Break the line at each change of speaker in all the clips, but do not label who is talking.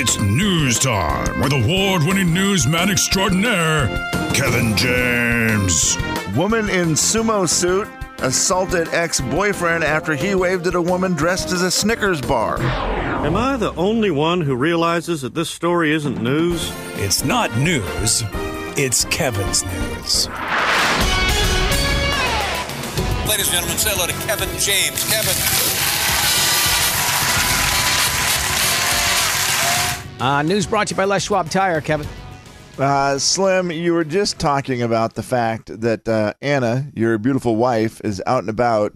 It's news time with award winning newsman extraordinaire, Kevin James.
Woman in sumo suit assaulted ex boyfriend after he waved at a woman dressed as a Snickers bar.
Am I the only one who realizes that this story isn't news?
It's not news, it's Kevin's news.
Ladies and gentlemen, say hello to Kevin James. Kevin.
Uh, news brought to you by Les Schwab Tire, Kevin.
Uh, Slim, you were just talking about the fact that uh, Anna, your beautiful wife, is out and about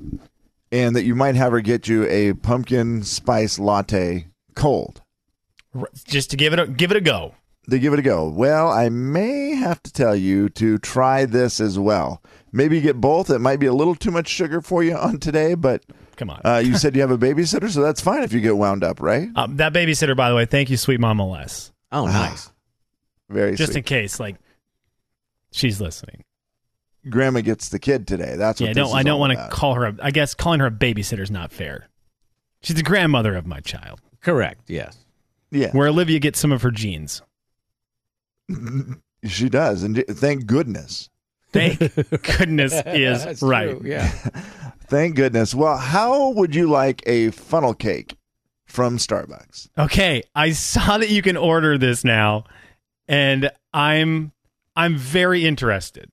and that you might have her get you a pumpkin spice latte cold.
Just to give it a, give it a go.
They give it a go. Well, I may have to tell you to try this as well. Maybe you get both. It might be a little too much sugar for you on today, but
Come on.
uh, you said you have a babysitter, so that's fine if you get wound up, right?
Um, that babysitter, by the way, thank you, sweet mama Les.
Oh, nice.
Very
Just in
sweet.
case, like, she's listening.
Grandma gets the kid today. That's what
yeah, I
this
don't.
is
I don't
all
want to
about.
call her. A, I guess calling her a babysitter's not fair. She's the grandmother of my child.
Correct, yes.
Yeah,
Where Olivia gets some of her genes.
she does, and thank goodness.
Thank goodness is
That's
right.
true, yeah.
Thank goodness. Well, how would you like a funnel cake from Starbucks?
Okay, I saw that you can order this now, and I'm I'm very interested.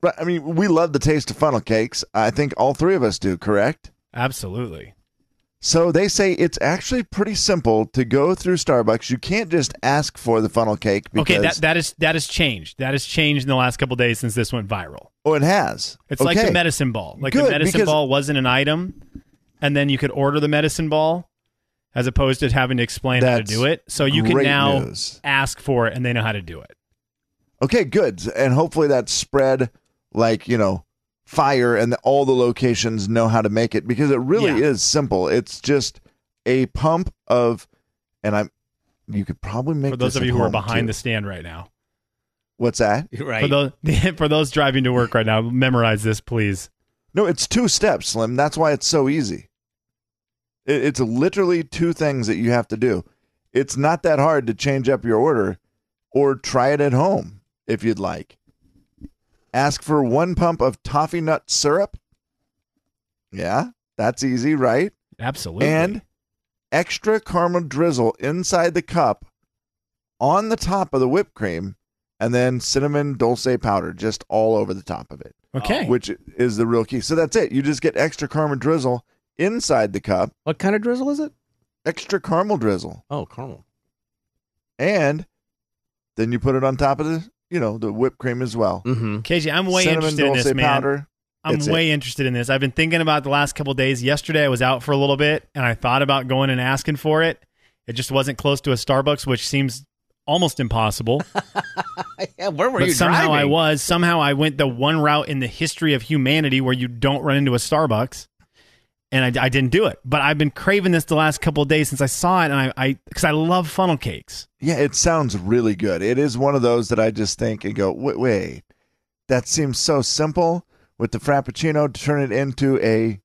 Right. I mean, we love the taste of funnel cakes. I think all three of us do, correct?
Absolutely.
So they say it's actually pretty simple to go through Starbucks. You can't just ask for the funnel cake because
okay, that that is that has changed. That has changed in the last couple days since this went viral.
oh, it has.
It's
okay.
like the medicine ball. Like the
Good,
medicine
because-
ball wasn't an item, and then you could order the medicine ball as opposed to having to explain how to
That's
do it. So you can
great
now
news.
ask for it, and they know how to do it.
Okay, good. And hopefully that spread like, you know, fire and all the locations know how to make it because it really
Yeah.
is simple. It's just a pump of and I'm you could probably make
For those
this
of
at
you who are
home,
behind
too.
the stand right now,
What's that?
Right.
for those for those driving to work right now, memorize this, please.
No, it's two steps, Slim. That's why it's so easy. It, it's literally two things that you have to do. It's not that hard to change up your order or try it at home if you'd like. Ask for one pump of toffee nut syrup. Yeah, that's easy, right?
Absolutely.
And extra caramel drizzle inside the cup on the top of the whipped cream and then cinnamon dulce powder just all over the top of it
okay,
which is the real key. So that's it. You just get extra caramel drizzle inside the cup,
What kind of drizzle is it?
extra caramel drizzle,
Oh, caramel.
and then you put it on top of the, you know, the whipped cream as well.
Mm-hmm.
KJ, I'm way
Cinnamon
interested in
dulce
this, man.
powder.
I'm
It's
way interested in this. I've been thinking about the last couple days. Yesterday, I was out for a little bit, and I thought about going and asking for it. It just wasn't close to a Starbucks, which seems almost impossible.
Yeah, where were
but
you
somehow
driving?
I was. Somehow I went the one route in the history of humanity where you don't run into a Starbucks, and I, I didn't do it. But I've been craving this the last couple of days since I saw it, and I- I because I, love funnel cakes.
Yeah, it sounds really good. It is one of those that I just think and go, wait, wait, that seems so simple with the Frappuccino to turn it into a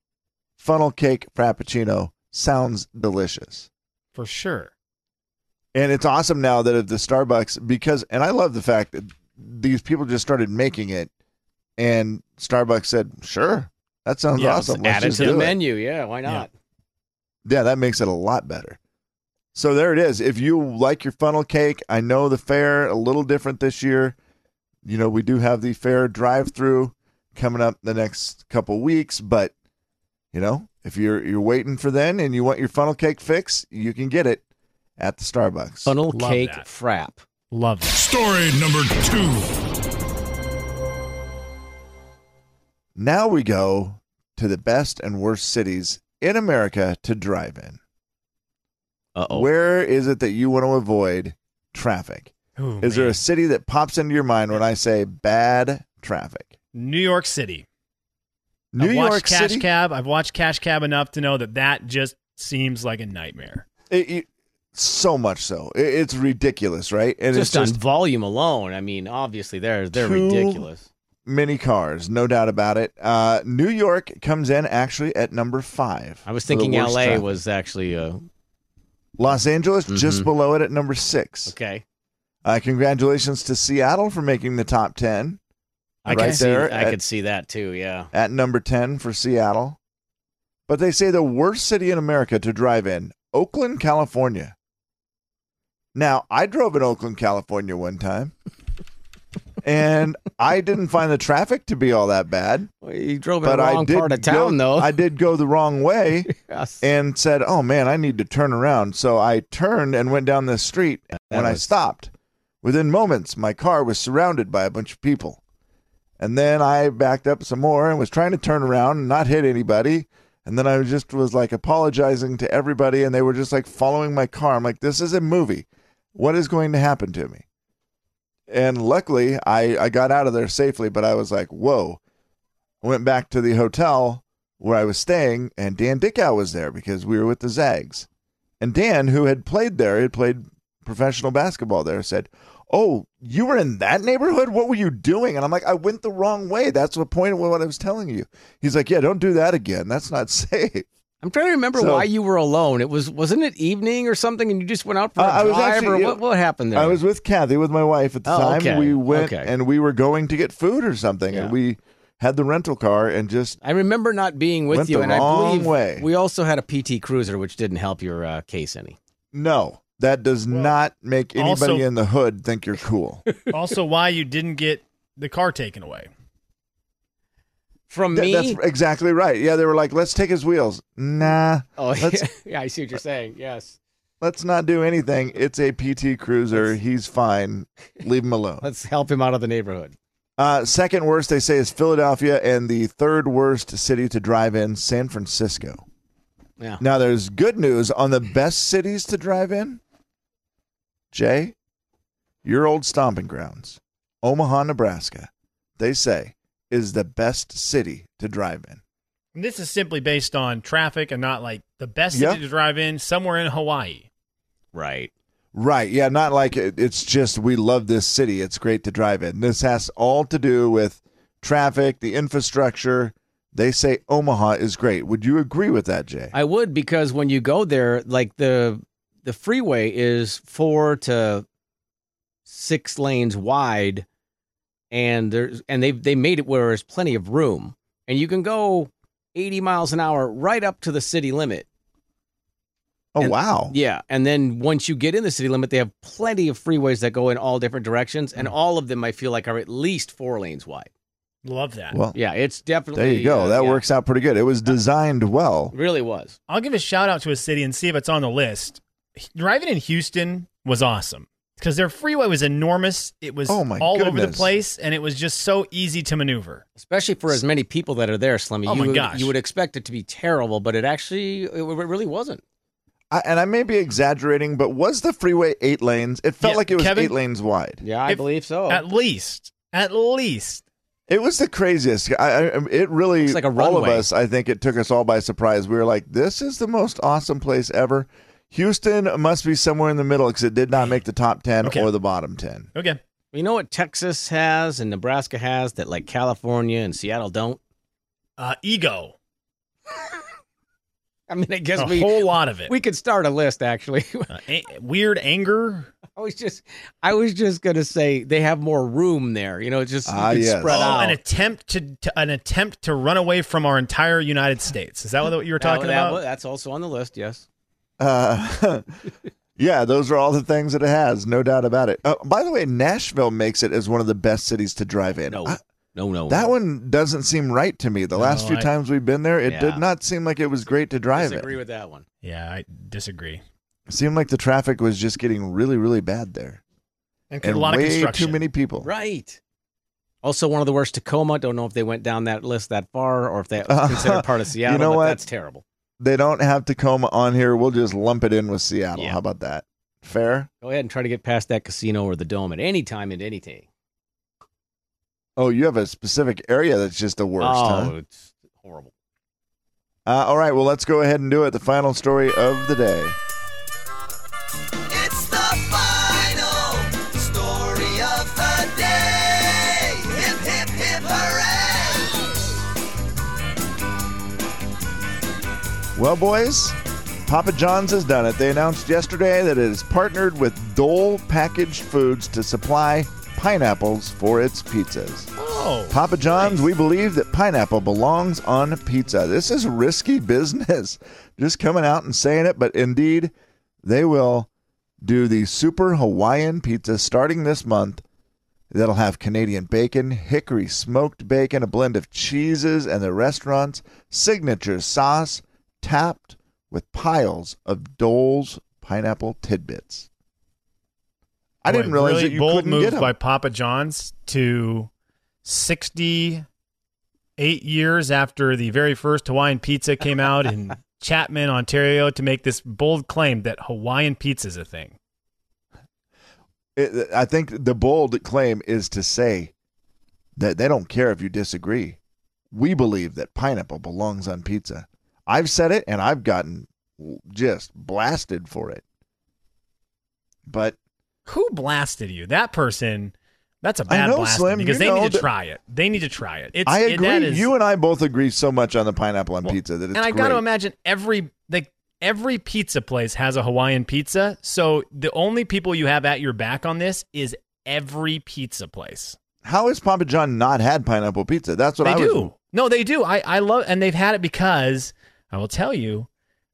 funnel cake Frappuccino. Sounds delicious.
For sure.
And it's awesome now that at the Starbucks, because, and I love the fact that these people just started making it, and Starbucks said, sure, that sounds
Yeah, let's
awesome. Let's
Add it
just
to the
do it."
menu. Yeah, why not?
Yeah, that makes it a lot better. So there it is. If you like your funnel cake, I know the fair a little different this year. You know, we do have the fair drive through coming up the next couple weeks, but you know, if you're you're waiting for then and you want your funnel cake fix, you can get it at the Starbucks.
Funnel
Love
cake
that.
frap.
Love that.
Story number two.
Now we go to the best and worst cities in America to drive in.
Uh oh.
Where is it that you want to avoid traffic?
Ooh,
is there
man.
a city that pops into your mind when I say bad traffic?
New York City?
New
I've watched
York
Cash
City.
Cab. I've watched Cash Cab enough to know that that just seems like a nightmare.
It- it- so much so. It- it's ridiculous, right? And
Just,
it's
on
just
volume alone. I mean, obviously they're they're
Two-
ridiculous.
many cars, no doubt about it. Uh, New York comes in actually at number five.
I was
for the
thinking
worst
L.A.
traffic.
was actually uh,
Los Angeles just
Mhm.
below it at number six.
Okay.
Uh, congratulations to Seattle for making the top 10
I
Right
could see,
there
I
at-
could see that too. Yeah.
at number 10 for Seattle. But they say the worst city in America to drive in Oakland, California. Now, I drove in Oakland, California one time, and I didn't find the traffic to be all that bad.
Well, you drove in
But
the
I
wrong
did
part of town,
go,
though.
I did go the wrong way.
Yes.
and said, "Oh man, I need to turn around." So I turned and went down this street.
that
when I
was-
stopped, within moments, my car was surrounded by a bunch of people. And then I backed up some more and was trying to turn around and not hit anybody. And then I was just was like apologizing to everybody, and they were just like following my car. I'm like, "This is a movie. What is going to happen to me?" And luckily, I I got out of there safely. But I was like, "Whoa." I went back to the hotel where I was staying, and Dan Dickow was there because we were with the Zags. And Dan, who had played there, had played professional basketball there, said, Oh, you were in that neighborhood? What were you doing? And I'm like, I went the wrong way. That's the point of what I was telling you. He's like, Yeah, don't do that again. That's not safe.
I'm trying to remember
So-
why you were alone. It was wasn't it evening or something, and you just went out for a
Uh, I was
drive,
actually-
or what, what happened there?
I was with Kathy, with my wife at the
Oh,
time.
okay.
We went
Okay.
and we were going to get food or something,
Yeah.
and we had the rental car and just
I remember not being with
Went
you,
the
and I
wrong
believe
way.
we also had a PT Cruiser, which didn't help your uh, case any.
no. That does not make anybody
also-
in the hood think you're cool.
also, why you didn't get the car taken away?
From
Th-
me,
That's exactly right. Yeah, they were like, "Let's take his wheels." Nah,
oh yeah,
let's-
I see what you're saying. Yes,
let's not do anything. It's a PT Cruiser. He's fine. Leave him alone.
let's help him out of the neighborhood.
Uh, second worst, they say, is Philadelphia, and the third worst city to drive in, San Francisco.
Yeah.
Now, there's good news on the best cities to drive in. Jay, your old stomping grounds, Omaha, Nebraska, they say is the best city to drive in.
And this is simply based on traffic and not like the best
Yeah.
city to drive in somewhere in Hawaii.
Right.
Right. Yeah. Not like it, it's just we love this city. It's great to drive in. This has all to do with traffic, the infrastructure. They say Omaha is great. Would you agree with that, Jay?
I would because when you go there, like the the freeway is four to six lanes wide, and there's and they they made it where there's plenty of room, and you can go eighty miles an hour right up to the city limit.
oh,
and-
wow.
Yeah, and then once you get in the city limit, they have plenty of freeways that go in all different directions,
Mm.
and all of them I feel like are at least four lanes wide.
Love that.
Well,
Yeah, it's definitely
Oh. there you go.
uh,
that
yeah,
works out pretty good. It was designed well.
Really was.
I'll give a shout out to a city and see if it's on the list. Driving in Houston was awesome because their freeway was enormous. It was
Oh, my
all over the
goodness.
place, and it was just so easy to maneuver.
Especially for as many people that are there, Slimmy.
Oh
you,
my
would-
gosh.
you would expect it to be terrible, but it actually it, it really wasn't.
I, and I may be exaggerating, but was the freeway eight lanes? It felt
Yeah,
like it was
Kevin?
eight lanes wide.
Yeah, I
If-
believe so.
At least, at least.
It was the craziest. I, I, it really,
It's like a
all of
runway.
us, I think it took us all by surprise. We were like, this is the most awesome place ever. Houston must be somewhere in the middle because it did not make the top 10
Okay.
or the bottom 10.
Okay,
you know what Texas has and Nebraska has that like California and Seattle don't.
uh, ego.
I mean, I guess
A
we
whole lot of it.
we could start a list actually.
Uh, a- weird anger.
I was just I was just gonna say they have more room there. You know, it's just you
Ah,
can
yes.
spread
Oh,
out.
An attempt to, to an attempt to run away from our entire United States. Is that what you were
That-
talking
that
about?
wa- that's also on the list. Yes.
Uh, yeah, those are all the things that it has, no doubt about it. Uh, by the way, Nashville makes it as one of the best cities to drive in.
No.
I-
no. No.
that
no.
one doesn't seem right to me. The last
No,
few
I-
times we've been there, it
Yeah.
did not seem like it was great to drive
Disagree
in.
with that one.
yeah, I disagree.
It seemed like the traffic was just getting really, really bad there.
and
and
a lot of
way
construction.
too many people.
Right. Also, one of the worst, Tacoma. Don't know if they went down that list that far or if that was considered part of Seattle.
know
but
what?
That's terrible.
they don't have Tacoma on here. We'll just lump it in with Seattle.
Yeah.
How about that? Fair?
Go ahead and try to get past that casino or the dome at any time and anything.
Oh, you have a specific area that's just the worst.
oh,
huh?
it's horrible.
Uh, all right. Well, let's go ahead and do it. The final story of the day.
It's the final story of the day. Hip, hip, hip, hooray!
Well, boys, Papa John's has done it. They announced yesterday that it has partnered with Dole Packaged Foods to supply pineapples for its pizzas.
Oh,
Papa John's, we believe that pineapple belongs on pizza. This is risky business. Just coming out and saying it, but indeed, they will do the super Hawaiian pizza starting this month. That'll have Canadian bacon, hickory smoked bacon, a blend of cheeses and the restaurant's signature sauce, tapped with piles of Dole's pineapple tidbits. I didn't
Boy,
realize
really
that you
bold
couldn't
move
get 'em.
by Papa John's to sixty-eight years after the very first Hawaiian pizza came out in Chapman, Ontario, to make this bold claim that Hawaiian pizza is a thing.
it, I think the bold claim is to say that they don't care if you disagree. We believe that pineapple belongs on pizza. I've said it and I've gotten just blasted for it. But
Who blasted you? That person. That's a
I
bad
know,
blast
Slim,
because
you
they
know
need to
that-
try it. They need to try it. It's,
I
it-
agree.
that is-
you and I both agree so much on the pineapple on
Well,
pizza that it's
and I
great.
got to imagine every like every pizza place has a Hawaiian pizza. So the only people you have at your back on this is every pizza place.
How has Papa John not had pineapple pizza? That's what
they
I
do.
was.
No, they do. I I love and they've had it because I will tell you,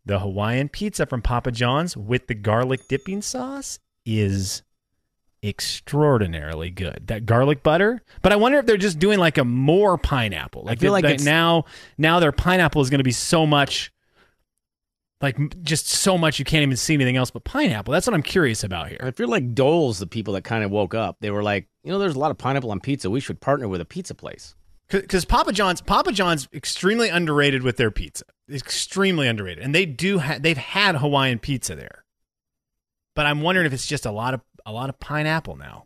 the Hawaiian pizza from Papa John's with the garlic dipping sauce is extraordinarily good. That garlic butter. But I wonder if they're just doing like a more pineapple. Like,
feel
they-
like
like
it's-
now now their pineapple is going to be so much like m- just so much you can't even see anything else but pineapple. That's what I'm curious about here.
I feel like Dole's the people that kind of woke up. They were like, you know, there's a lot of pineapple on pizza. We should partner with a pizza place.
because Papa John's Papa John's extremely underrated with their pizza. Extremely underrated, and they do ha- they've had Hawaiian pizza there. But I'm wondering if it's just a lot of a lot of pineapple now.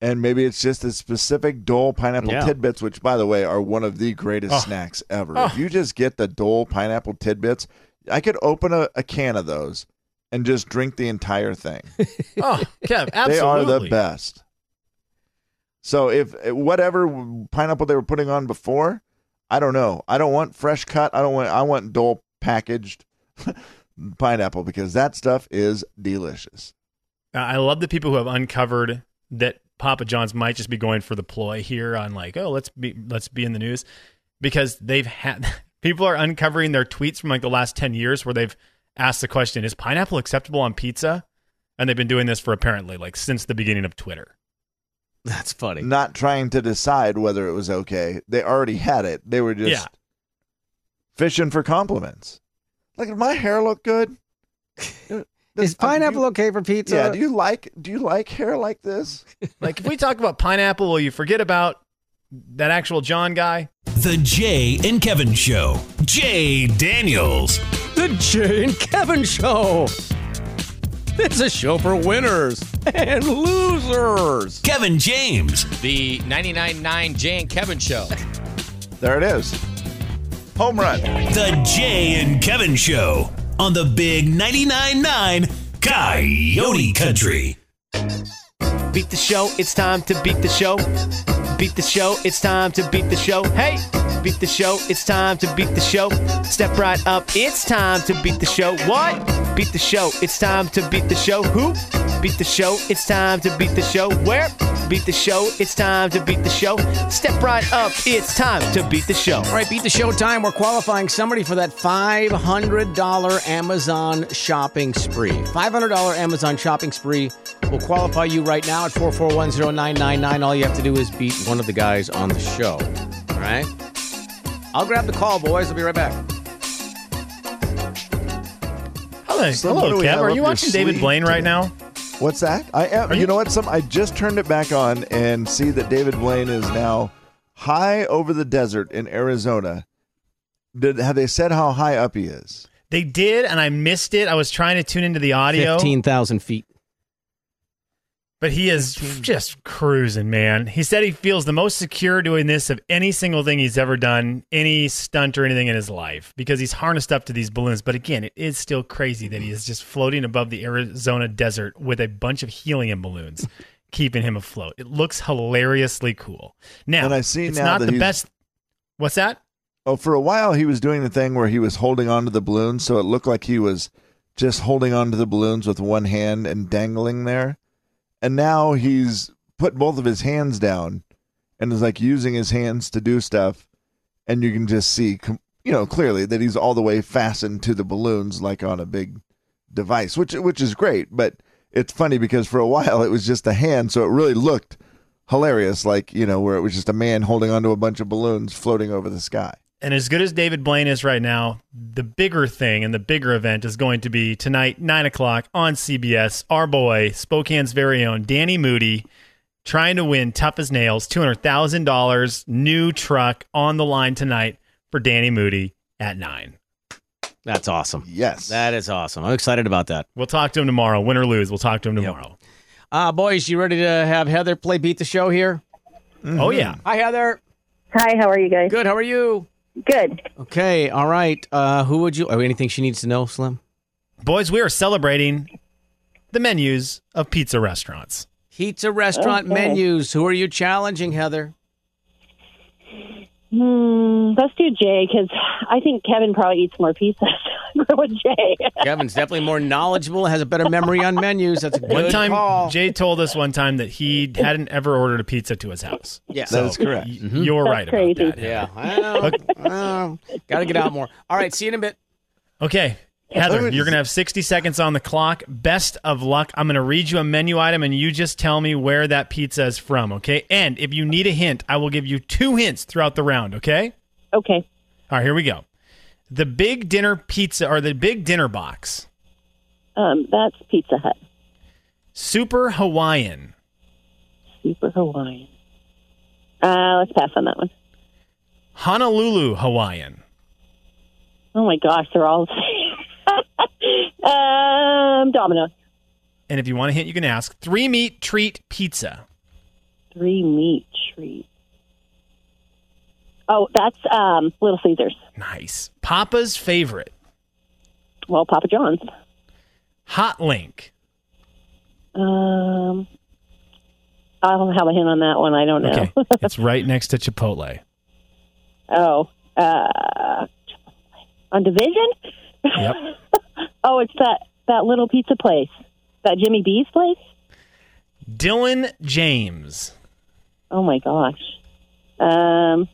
And maybe it's just the specific Dole pineapple
Yeah.
tidbits, which, by the way, are one of the greatest
Oh.
snacks ever.
Oh.
If you just get the Dole pineapple tidbits, I could open a, a can of those and just drink the entire thing.
Oh, Kev, absolutely.
they are the best. So if whatever pineapple they were putting on before, I don't know. I don't want fresh cut. I don't want. I want Dole packaged pineapple because that stuff is delicious.
Uh, I I love the people who have uncovered that Papa John's might just be going for the ploy here on like, oh, let's be let's be in the news because they've had people are uncovering their tweets from like the last 10 years where they've asked the question, is pineapple acceptable on pizza? And they've been doing this for apparently like since the beginning of Twitter.
That's funny.
Not trying to decide whether it was okay. They already had it. They were just
Yeah.
fishing for compliments. Like, does my hair look good? Does-
Is
I mean, do
pineapple
uh, you-
okay for pizza?
Yeah. Do you like? Do you like hair like this?
Like if we talk about pineapple, will you forget about that actual John guy?
The Jay and Kevin Show. Jay Daniels.
The Jay and Kevin Show. It's a show for winners and losers.
Kevin James.
The 99.9 Jay and Kevin Show.
There it is. Home run.
The Jay and Kevin Show on the Big 99.9 Coyote Country.
Beat the show, it's time to beat the show. Beat the show, it's time to beat the show. Hey! Beat the show, it's time to beat the show. Step right up, it's time to beat the show. What? Beat the show, it's time to beat the show. Who? Beat the show, it's time to beat the show. Where? Beat the show, it's time to beat the show. Step right up, it's time to beat the show.
All right, beat the show time. We're qualifying somebody for that $500 Amazon shopping spree. $500 Amazon shopping spree will qualify you right now at 4410999. All you have to do is beat one of the guys on the show. All right? I'll grab the call, boys. I'll be right back.
Hello,
Slim, what do
hello
we
Kev.
have
Are
up
you
your
watching David
sleeve
Blaine right
today?
now?
What's that? I am.
Are
You,
you-
know what? Some I just turned it back on and see that David Blaine is now high over the desert in Arizona. Did have they said how high up he is?
They did, and I missed it. I was trying to tune into the audio.
15,000 feet.
But he is just cruising, man. He said he feels the most secure doing this of any single thing he's ever done, any stunt or anything in his life, because he's harnessed up to these balloons. But again, it is still crazy that he is just floating above the Arizona desert with a bunch of helium balloons keeping him afloat. It looks hilariously cool. Now,
And I see
it's
now
not
that
the
he's-
best. What's that?
Oh, for a while he was doing the thing where he was holding onto the balloon, so it looked like he was just holding onto the balloons with one hand and dangling there. And now he's put both of his hands down and is like using his hands to do stuff. And you can just see, com- you know, clearly that he's all the way fastened to the balloons like on a big device, which which is great. But it's funny because for a while it was just a hand, so it really looked hilarious, like you know, where it was just a man holding onto a bunch of balloons floating over the sky.
And as good as David Blaine is right now, the bigger thing and the bigger event is going to be tonight, nine o'clock on CBS. Our boy, Spokane's very own Danny Moody, trying to win tough as nails, two hundred thousand dollars, new truck on the line tonight for Danny Moody at nine.
That's awesome.
Yes.
That is awesome. I'm excited about that.
We'll talk to him tomorrow. Win or lose, we'll talk to him tomorrow.
Ah, boys, you ready to have Heather play Beat the Show here?
Oh yeah.
Hi, Heather.
Hi, how are you guys?
Good. How are you?
Good.
Okay. All right. Uh, who would you? Oh, anything she needs to know, Slim?
Boys, we are celebrating the menus of pizza restaurants.
Pizza restaurant
Okay.
menus. Who are you challenging, Heather?
Hmm, let's do Jay because I think Kevin probably eats more pizza. So go with Jay.
Kevin's definitely more knowledgeable. Has a better memory on menus. That's a good
One time,
call.
Jay told us one time that he hadn't ever ordered a pizza to his house.
Yeah.
So
That is correct.
y- You're
That's
right about
crazy.
that.
Yeah. I know. I know. Gotta get out more. All right. See you in a bit.
Okay.
Oh,
Heather,
it
you're
is-
going to have 60 seconds on the clock. Best of luck. I'm going to read you a menu item and you just tell me where that pizza is from, okay? And if you need a hint, I will give you two hints throughout the round, okay?
Okay.
All right, here we go. The big dinner pizza or the big dinner box,
Um, that's Pizza Hut.
Super Hawaiian,
Super Hawaiian. Uh, let's pass on that one.
Honolulu Hawaiian,
Oh my gosh, they're all the same. um, Domino's.
and if you want a hint, you can ask. Three meat treat pizza.
Three meat treat. Oh, that's um, Little Caesars.
Nice. Papa's favorite,
Well, Papa John's.
Hot Link.
Um, I don't have a hint on that one. I don't know.
Okay. it's right next to Chipotle.
Oh, uh, on Division?
Yep.
Oh, it's that that little pizza place, that Jimmy B's place.
Dylan James.
Oh my gosh. Um,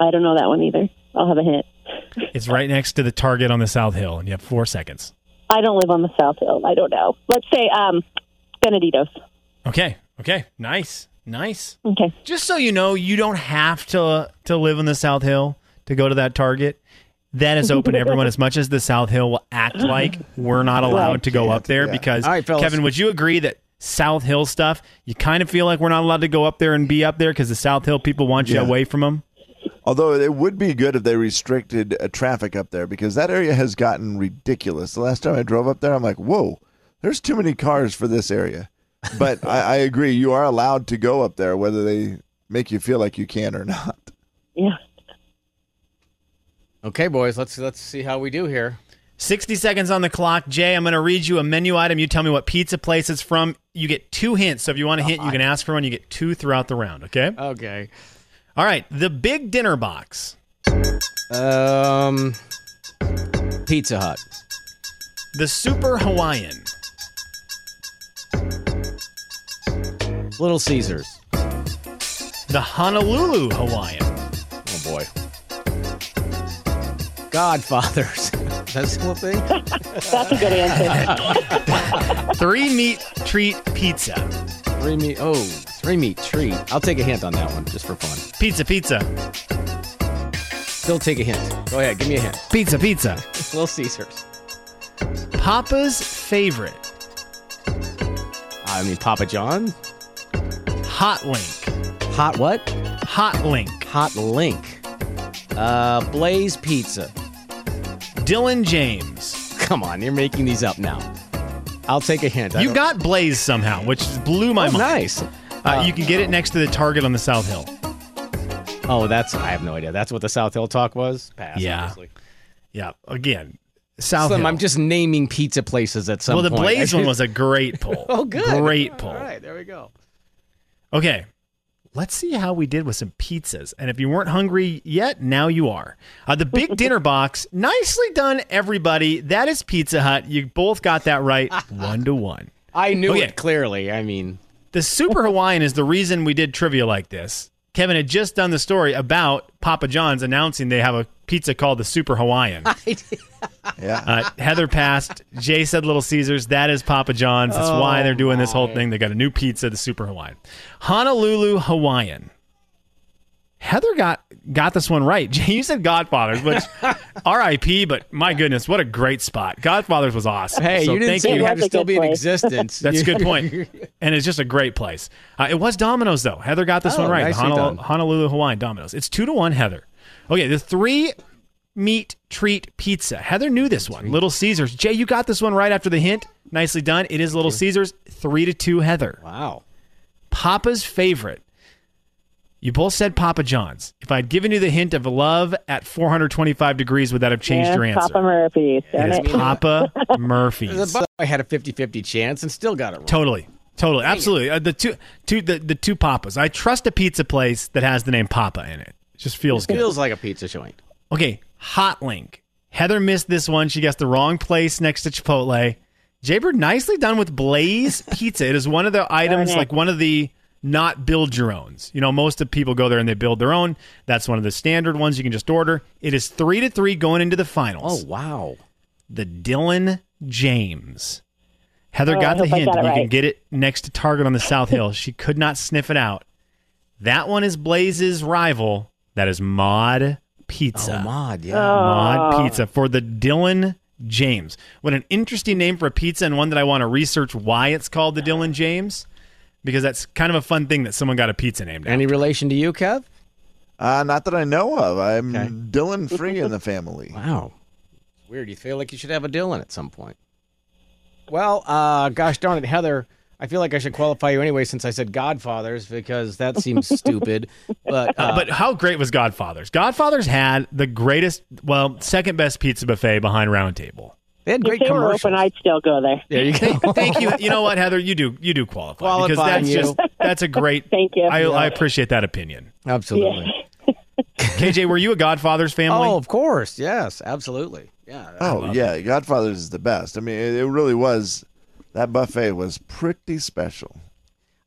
I don't know that one either. I'll have a hint.
It's right next to the Target on the South Hill, and you have four seconds.
I don't live on the South Hill. I don't know. Let's say um, Benedito's.
Okay. Okay. Nice. Nice.
Okay.
Just so you know, you don't have to to live on the South Hill to go to that Target. That is open to everyone as much as the South Hill will act like we're not allowed to go up there
Yeah.
because
All right, fellas.
Kevin, would you agree that South Hill stuff, you kind of feel like we're not allowed to go up there and be up there because the South Hill people want you
Yeah.
away from them?
Although it would be good if they restricted uh, traffic up there because that area has gotten ridiculous. The last time I drove up there, I'm like, whoa, there's too many cars for this area. But I, I agree, you are allowed to go up there, whether they make you feel like you can or not.
Yeah.
Okay, boys. Let's let's see how we do here.
60 seconds on the clock. Jay, I'm going to read you a menu item. You tell me what pizza place it's from. You get two hints. So if you want a hint, you can ask for one. You get two throughout the round, okay?
Okay.
All right. The big dinner box,
Um, Pizza Hut.
the Super Hawaiian,
Little Caesars.
the Honolulu Hawaiian,
Oh boy. Godfathers. That's the whole thing.
That's a good answer.
Three Meat Treat Pizza,
Three meat. Oh, three meat treat. I'll take a hint on that one just for fun.
Pizza Pizza,
Still take a hint. Go ahead. Give me a hint.
Pizza Pizza,
Little Caesars.
Papa's Favorite,
I mean, Papa John.
Hot Link,
Hot what?
Hot Link,
Hot Link. Uh, Blaze Pizza.
Dylan James.
Come on, you're making these up now. I'll take a hint. I
You
don't-
got Blaze somehow, which blew my
Oh,
mind.
nice.
Uh, you can get it next to the Target on the South Hill.
Oh, that's I have no idea. That's what the South Hill talk was. Pass,
Yeah.
obviously.
Yeah, again, South
Slim,
Hill.
I'm just naming pizza places at some
well, the
point.
Blaze
I
one
just-
was a great poll.
Oh, good.
Great poll.
All right, there we go.
Okay, let's see how we did with some pizzas. And if you weren't hungry yet, now you are. Uh, the big dinner box, nicely done, everybody. That is Pizza Hut. You both got that right, one to one.
I knew
Oh, yeah.
it clearly. I mean,
The Super Hawaiian is the reason we did trivia like this. Kevin had just done the story about Papa John's announcing they have a pizza called the Super Hawaiian.
yeah.
Uh, Heather passed. Jay said Little Caesars. That is Papa John's. That's why
Oh,
they're doing this whole thing. They got a new pizza, the Super Hawaiian. Honolulu Hawaiian. Heather got got this one right. Jay, you said Godfather's, which R.I.P. But my goodness, what a great spot! Godfather's was awesome.
Hey,
so
you didn't
thank
say it
you.
had to That's a still good be in place. existence.
That's a good
You-
point, and it's just a great place. Uh, it was Domino's though. Heather got this
Oh,
one right.
nicely
Honol-
done.
Honolulu Hawaiian Domino's. It's two to one, Heather. Okay, the three meat treat pizza. Heather knew this one. Little Caesars. Jay, you got this one right after the hint. Nicely done. It is Little Caesars. Three to two, Heather.
Wow.
Papa's favorite. You both said Papa John's. If I'd given you the hint of love at 425 degrees, would that have changed
Yeah,
your answer?
Papa Murphy's. darn
it is
it.
Papa Murphy's.
I had a 50-50 chance and still got it wrong.
Totally, totally, absolutely. Uh, the two, two, the, the two papas. I trust a pizza place that has the name Papa in it. It just feels good.
Feels like a pizza joint.
Okay, Hot Link. Heather missed this one. She guessed the wrong place next to Chipotle. Jaybird, nicely done with Blaze Pizza. It is one of the items,
it.
like one of the not build your owns. You know, most of people go there and they build their own. That's one of the standard ones you can just order. It is three to three going into the finals.
Oh wow!
The Dylan James. Heather
Oh,
got
I
the
hope I got
hint.
it
you can
right.
get it next to Target on the South Hill. She could not sniff it out. That one is Blaze's rival. That is Mod Pizza.
Oh, Mod, yeah.
Mod
Oh.
Pizza for the Dylan James. What an interesting name for a pizza and one that I want to research why it's called the Dylan James because that's kind of a fun thing that someone got a pizza named
Any relation to you, Kev?
Uh, not that I know of. I'm Dylan free in the family.
Wow. Weird. You feel like you should have a Dylan at some point. Well, uh, gosh darn it, Heather. I feel like I should qualify you anyway since I said Godfathers because that seems stupid. But uh,
but how great was Godfather's? Godfather's had the greatest, well, second best pizza buffet behind Round Table.
They had
if they were open, I'd still go there.
There you
go. Thank you. You know what, Heather? You do you do qualify because
Qualifying
that's
you.
just that's a great.
Thank you.
I, I
Yeah.
appreciate that opinion.
Absolutely.
KJ, were you a Godfather's family?
Oh, of course. Yes, absolutely. Yeah.
Oh yeah, Godfather's is the best. I mean, it, it really was. That buffet was pretty special.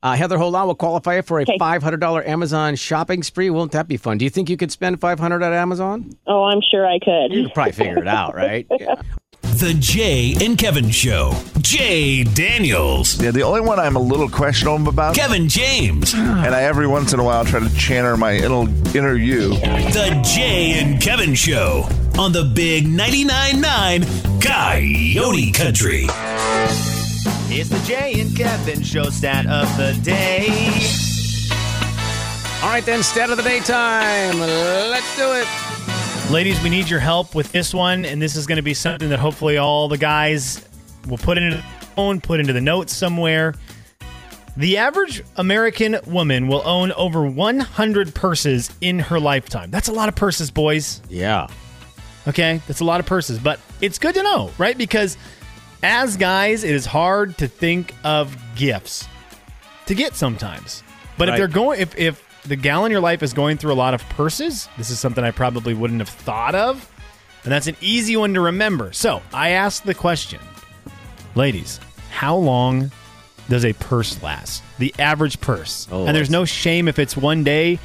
Uh, Heather Holan will qualify for a $500 Amazon shopping spree. Won't that be fun? Do you think you could spend 500 at Amazon?
Oh, I'm sure I could.
You could probably figure it out, right? Yeah.
The Jay and Kevin Show. Jay Daniels.
Yeah, the only one I'm a little questionable about.
Kevin James.
And I every once in a while try to channel my inner, inner you.
The Jay and Kevin Show on the Big 99.9 Coyote Country.
It's the Jay and Kevin show stat of the day.
All right, then, stat of the day time. Let's do it.
Ladies, we need your help with this one, and this is going to be something that hopefully all the guys will put into the phone, put into the notes somewhere. The average American woman will own over 100 purses in her lifetime. That's a lot of purses, boys.
Yeah.
Okay, that's a lot of purses, but it's good to know, right? Because as guys, it is hard to think of gifts to get sometimes. But if
Right.
they're going, if if the gal in your life is going through a lot of purses, this is something I probably wouldn't have thought of, and that's an easy one to remember. So I asked the question, ladies, how long does a purse last? The average purse, and there's no shame if it's one day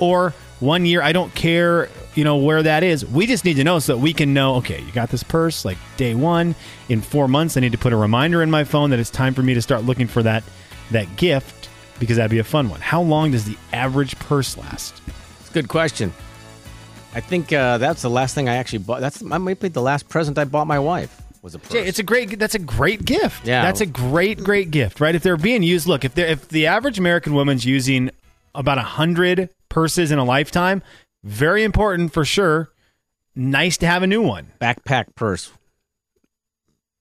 or one year. I don't care, you know where that is. We just need to know so that we can know. Okay, you got this purse like day one. In four months, I need to put a reminder in my phone that it's time for me to start looking for that that gift because that'd be a fun one. How long does the average purse last?
It's a good question. I think uh, that's the last thing I actually bought. That's I might be the last present I bought my wife was a purse.
Jay, it's a great. That's a great gift.
Yeah.
that's a great, great gift, right? If they're being used, look, if they're, if the average American woman's using about a hundred purses in a lifetime, very important for sure. Nice to have a new one.
Backpack purse.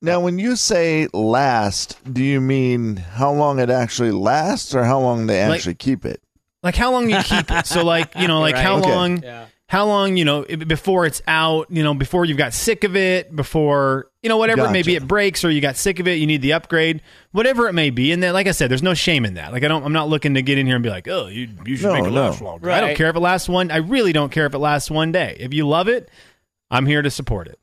Now, when you say last, do you mean how long it actually lasts or how long they
Like-
actually keep it?
Like how long you keep it? So like you know, like
Right.
how
Okay.
long? how long you know i- before it's out you know before you've got sick of it before you know whatever maybe
Gotcha.
it breaks or you got sick of it you need the upgrade whatever it may be and then like i said there's no shame in that like i don't i'm not looking to get in here and be like oh you, you should
No,
make it
no.
last longer i don't
Right.
care if it lasts one i really don't care if it lasts one day if you love it i'm here to support it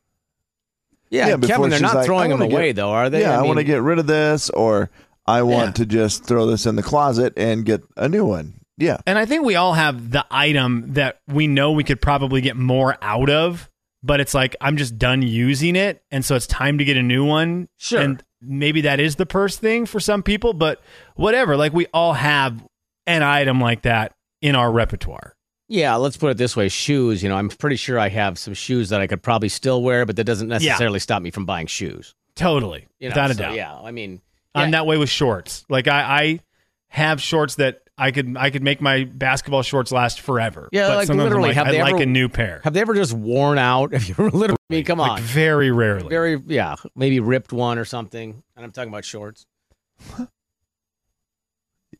Yeah,
Yeah,
Kevin,
before
they're
she's
not
like,
throwing
I
them
wanna get-
away though, are they?
Yeah, I, want to
mean,
get rid of this, or I want to just throw this in the closet and get a new one. Yeah.
And I think we all have the item that we know we could probably get more out of, but it's like I'm just done using it, and so it's time to get a new one. Sure. And maybe that is the purse thing for some people, but whatever. Like we all have an item like that in our repertoire.
Yeah, let's put it this way: shoes. You know, I'm pretty sure I have some shoes that I could probably still wear, but that doesn't necessarily stop me from buying shoes.
Totally.
You know,
Without a
so,
doubt.
Yeah, I mean,
I'm that way with shorts. Like I, I have shorts that I could I could make my basketball shorts last forever.
yeah,
but
like
sometimes I'm
literally,
like,
have
I
they
like
ever,
a new pair.
Have they ever just worn out? Have you literally? I mean, come on,
very rarely.
Very, yeah, maybe ripped one or something. And I'm talking about shorts.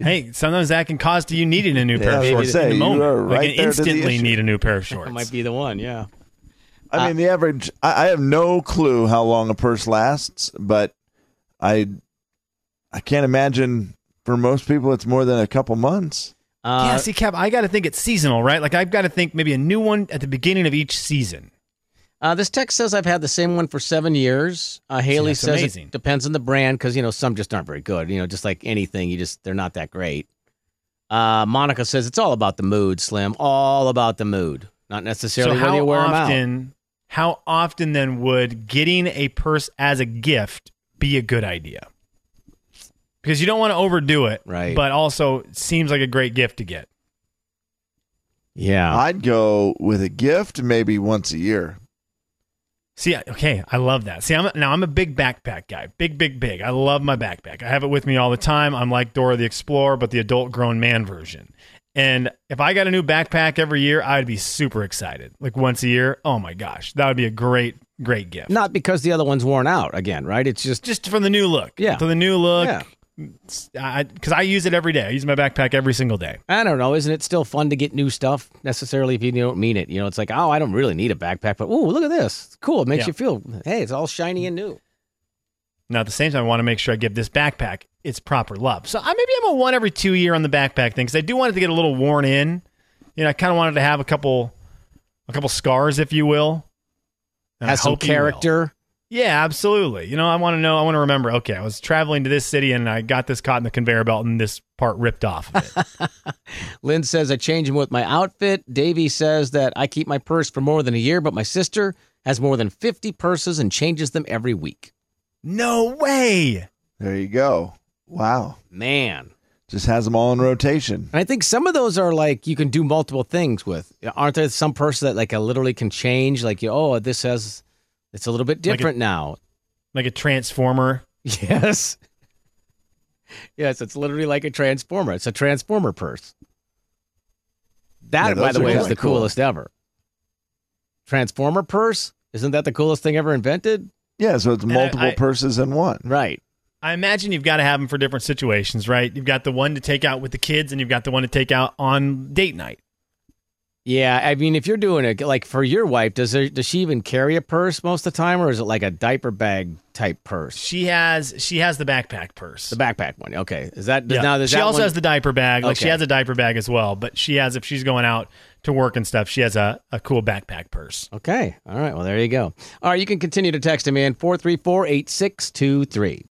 Hey, sometimes that can cause to you needing a new
Yeah,
pair
I
of
was
shorts
gonna say,
in the
you
moment.
are right
like
there
an
to the
instantly
issue.
need a new pair of shorts.
That might be the one. Yeah.
I mean, the average. I, I have no clue how long a purse lasts, but I, I can't imagine for most people it's more than a couple months.
uh,
yeah, see, Cap, I got to think it's seasonal, right? Like I've got to think maybe a new one at the beginning of each season.
Uh, this text says I've had the same one for seven years. Uh, Haley
that's
says
amazing.
it depends on the brand because you know some just aren't very good. You know, just like anything, you just they're not that great. Uh, Monica says it's all about the mood, Slim. All about the mood, not necessarily
so
whether
how
you wear 'em out.
often, how often then would getting a purse as a gift be a good idea? Because you don't want to overdo it,
right?
But also, it seems like a great gift to get.
Yeah,
I'd go with a gift maybe once a year.
See, I- okay, I love that. See, I'm now I'm a big backpack guy. Big, big, big. I love my backpack. I have it with me all the time. I'm like Dora the Explorer, but the adult grown man version. And if I got a new backpack every year, I'd be super excited. Like once a year, oh my gosh, that would be a great, great gift.
Not because the other one's worn out again, right? It's just
just from the new look.
Yeah,
So the new look.
Yeah.
Because I, 'cause I use it every day. I use my backpack every single day.
I don't know. Isn't it still fun to get new stuff necessarily if you don't mean it? You know, it's like, oh, I don't really need a backpack, but ooh, look at this. It's cool. It makes
Yeah.
you feel, hey, it's all shiny and new.
Now at the same time, I want to make sure I give this backpack its proper love. So I maybe I'm a one every two year on the backpack thing because I do want it to get a little worn in. You know, I kind of wanted to have a couple, a couple scars, if you will. And I
Has some
hope you will.
character.
Yeah, absolutely. You know, I want to know. I want to remember. Okay, I was traveling to this city and I got this caught in the conveyor belt and this part ripped off. Of it.
Lynn says I change them with my outfit. Davey says that I keep my purse for more than a year, but my sister has more than 50 purses and changes them every week.
no way.
There you go. Wow.
Man.
Just has them all in rotation.
And I think some of those are like you can do multiple things with. Aren't there some purses that like I literally can change? Like, you- oh, this has, it's a little bit
Like a-
different now.
like a transformer.
Yes. Yes, it's literally like a transformer. It's a transformer purse.
Yeah,
That, by
those
the
are
way, is
kinda
the
cool.
coolest ever. Transformer purse? Isn't that the coolest thing ever invented?
Yeah, so it's
I-
multiple
I-
purses in one.
Right.
I imagine you've got to have them for different situations, right? You've got the one to take out with the kids, and you've got the one to take out on date night.
Yeah, I mean, if you're doing it like for your wife, does there, does she even carry a purse most of the time, or is it like a diaper bag type purse?
She has she has the backpack purse.
The backpack one. Okay, is that does
Yeah.
now? Does
she
that
also
one-
has the diaper bag. Like she
Okay.
has a diaper bag as well, but she has if she's going out to work and stuff, she has a, a cool backpack purse.
Okay. All right. Well, there you go. All right. You can continue to text him in 434 8623.